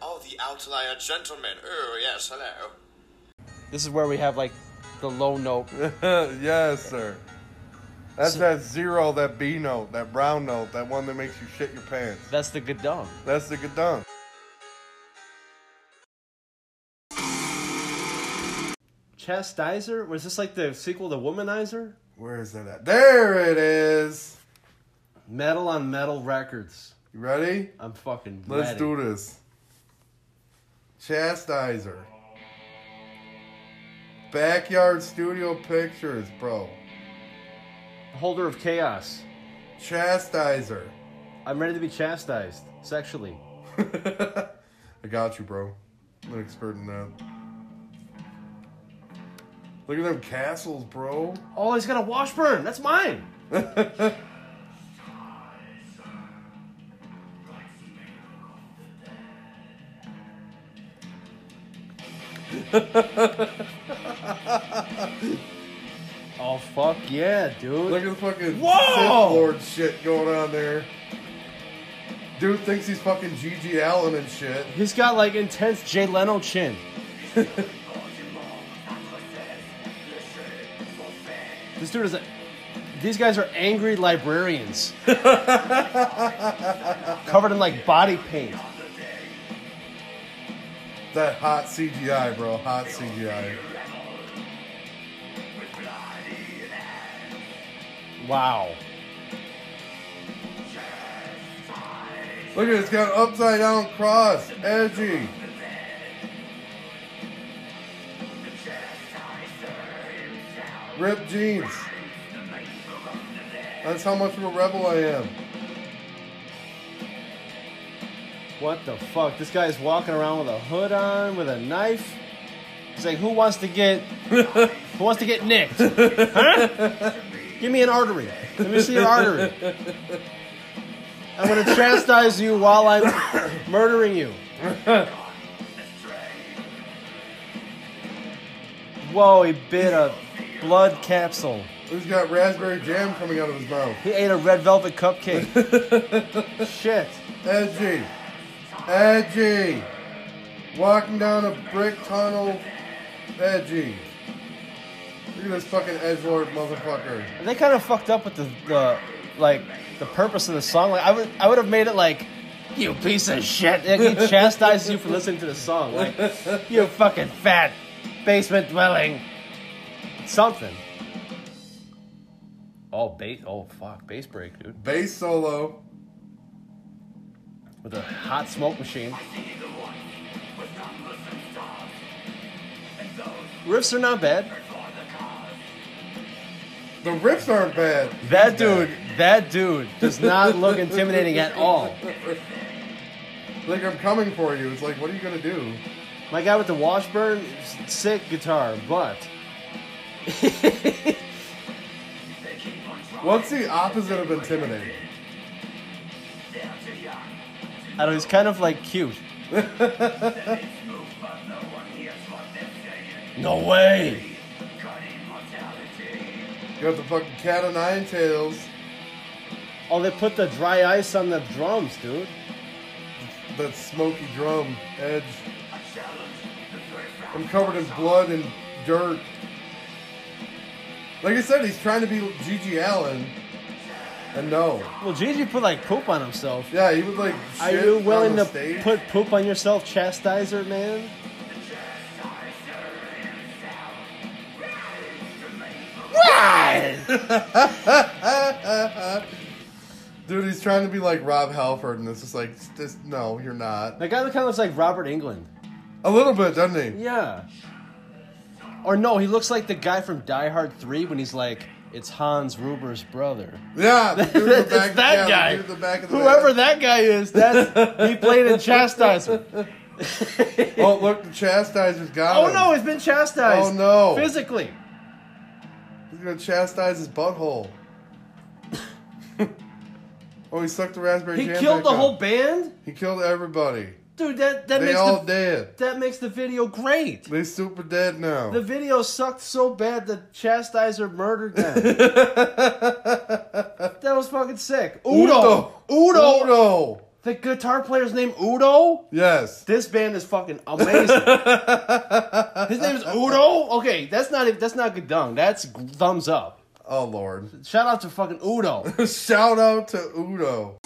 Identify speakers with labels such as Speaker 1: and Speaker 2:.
Speaker 1: Oh, the outlier gentleman. Oh, yes, hello.
Speaker 2: This is where we have like the low note.
Speaker 3: yes, sir. That's
Speaker 2: So-
Speaker 3: that zero, that B note, that brown note, that one that makes you shit your pants.
Speaker 2: That's the good dumb.
Speaker 3: That's the gadon.
Speaker 4: Chastiser? Was this like the sequel to Womanizer?
Speaker 3: Where is that at? There it is.
Speaker 4: Metal on Metal Records.
Speaker 3: You ready?
Speaker 4: I'm fucking
Speaker 3: Let's
Speaker 4: ready.
Speaker 3: do this. Chastiser. Backyard Studio Pictures, bro.
Speaker 4: Holder of Chaos.
Speaker 3: Chastiser.
Speaker 4: I'm ready to be chastised sexually.
Speaker 3: I got you, bro. I'm an expert in that. Look at them castles, bro.
Speaker 4: Oh, he's got a Washburn. That's mine. oh fuck yeah, dude!
Speaker 3: Look at the fucking
Speaker 4: Whoa!
Speaker 3: Sith Lord shit going on there. Dude thinks he's fucking G.G. Allen and shit.
Speaker 4: He's got like intense Jay Leno chin. this dude is a. These guys are angry librarians. Covered in like body paint.
Speaker 3: That hot CGI, bro. Hot CGI.
Speaker 4: Wow.
Speaker 3: Look at it, it's got an upside down cross. Edgy. Ripped jeans. That's how much of a rebel I am.
Speaker 4: What the fuck? This guy's walking around with a hood on, with a knife. He's like, who wants to get who wants to get nicked? Huh? Give me an artery. Let me see your artery. I'm gonna chastise you while I'm murdering you. Whoa, he bit a blood capsule.
Speaker 3: He's got raspberry jam coming out of his mouth.
Speaker 4: He ate a red velvet cupcake. Shit.
Speaker 3: Edgy. Edgy. Walking down a brick tunnel. Edgy. Look at this fucking edgelord motherfucker.
Speaker 4: They kind of fucked up with the, the like the purpose of the song. Like I would I would have made it like you piece of shit. Like, he chastises you for listening to the song. Like you fucking fat basement dwelling. Something. Oh bass oh fuck, bass break, dude.
Speaker 3: Bass solo.
Speaker 4: With a hot smoke machine. Riffs are not bad.
Speaker 3: The riffs aren't bad.
Speaker 4: That dude, that dude does not look intimidating at all.
Speaker 3: Like I'm coming for you. It's like, what are you gonna do?
Speaker 4: My guy with the Washburn, s- sick guitar, but
Speaker 3: What's the opposite of intimidating?
Speaker 4: I don't know, he's kind of like cute. no way!
Speaker 3: You got the fucking cat o' nine tails.
Speaker 4: Oh, they put the dry ice on the drums, dude.
Speaker 3: That smoky drum edge. I'm covered in blood and dirt. Like I said, he's trying to be Gigi Allen. And no.
Speaker 4: Well, Gigi put like poop on himself.
Speaker 3: Yeah, he would like.
Speaker 4: Are
Speaker 3: shit
Speaker 4: you
Speaker 3: on
Speaker 4: willing
Speaker 3: the
Speaker 4: to
Speaker 3: stage.
Speaker 4: put poop on yourself, chastiser, man?
Speaker 3: Dude, he's trying to be like Rob Halford, and it's just like, this, no, you're not.
Speaker 4: That guy kind of looks like Robert England.
Speaker 3: A little bit, doesn't he?
Speaker 4: Yeah. Or no, he looks like the guy from Die Hard 3 when he's like, it's Hans Gruber's brother.
Speaker 3: Yeah, the dude in the
Speaker 4: it's
Speaker 3: back,
Speaker 4: that
Speaker 3: yeah, the
Speaker 4: guy.
Speaker 3: dude in the back of the
Speaker 4: Whoever that guy is, that's he played in Chastiser.
Speaker 3: Oh, look, the chastiser's got
Speaker 4: Oh
Speaker 3: him.
Speaker 4: no, he's been chastised.
Speaker 3: Oh, no.
Speaker 4: physically.
Speaker 3: He's gonna chastise his butthole. oh, he sucked the raspberry
Speaker 4: He
Speaker 3: jam.
Speaker 4: killed
Speaker 3: back
Speaker 4: the
Speaker 3: up.
Speaker 4: whole band,
Speaker 3: He killed everybody.
Speaker 4: dude. That that
Speaker 3: They
Speaker 4: makes
Speaker 3: all
Speaker 4: the,
Speaker 3: dead.
Speaker 4: that makes the video great.
Speaker 3: They super dead now.
Speaker 4: The video sucked so bad that Chastiser murdered them. that was fucking sick. Udo,
Speaker 3: Udo. Udo.
Speaker 4: The guitar player's name Udo?
Speaker 3: Yes.
Speaker 4: This band is fucking amazing. His name's Udo. Okay, that's not that's not good dung. That's g- thumbs up.
Speaker 3: Oh, Lord.
Speaker 4: Shout out to fucking Udo.
Speaker 3: Shout out to Udo.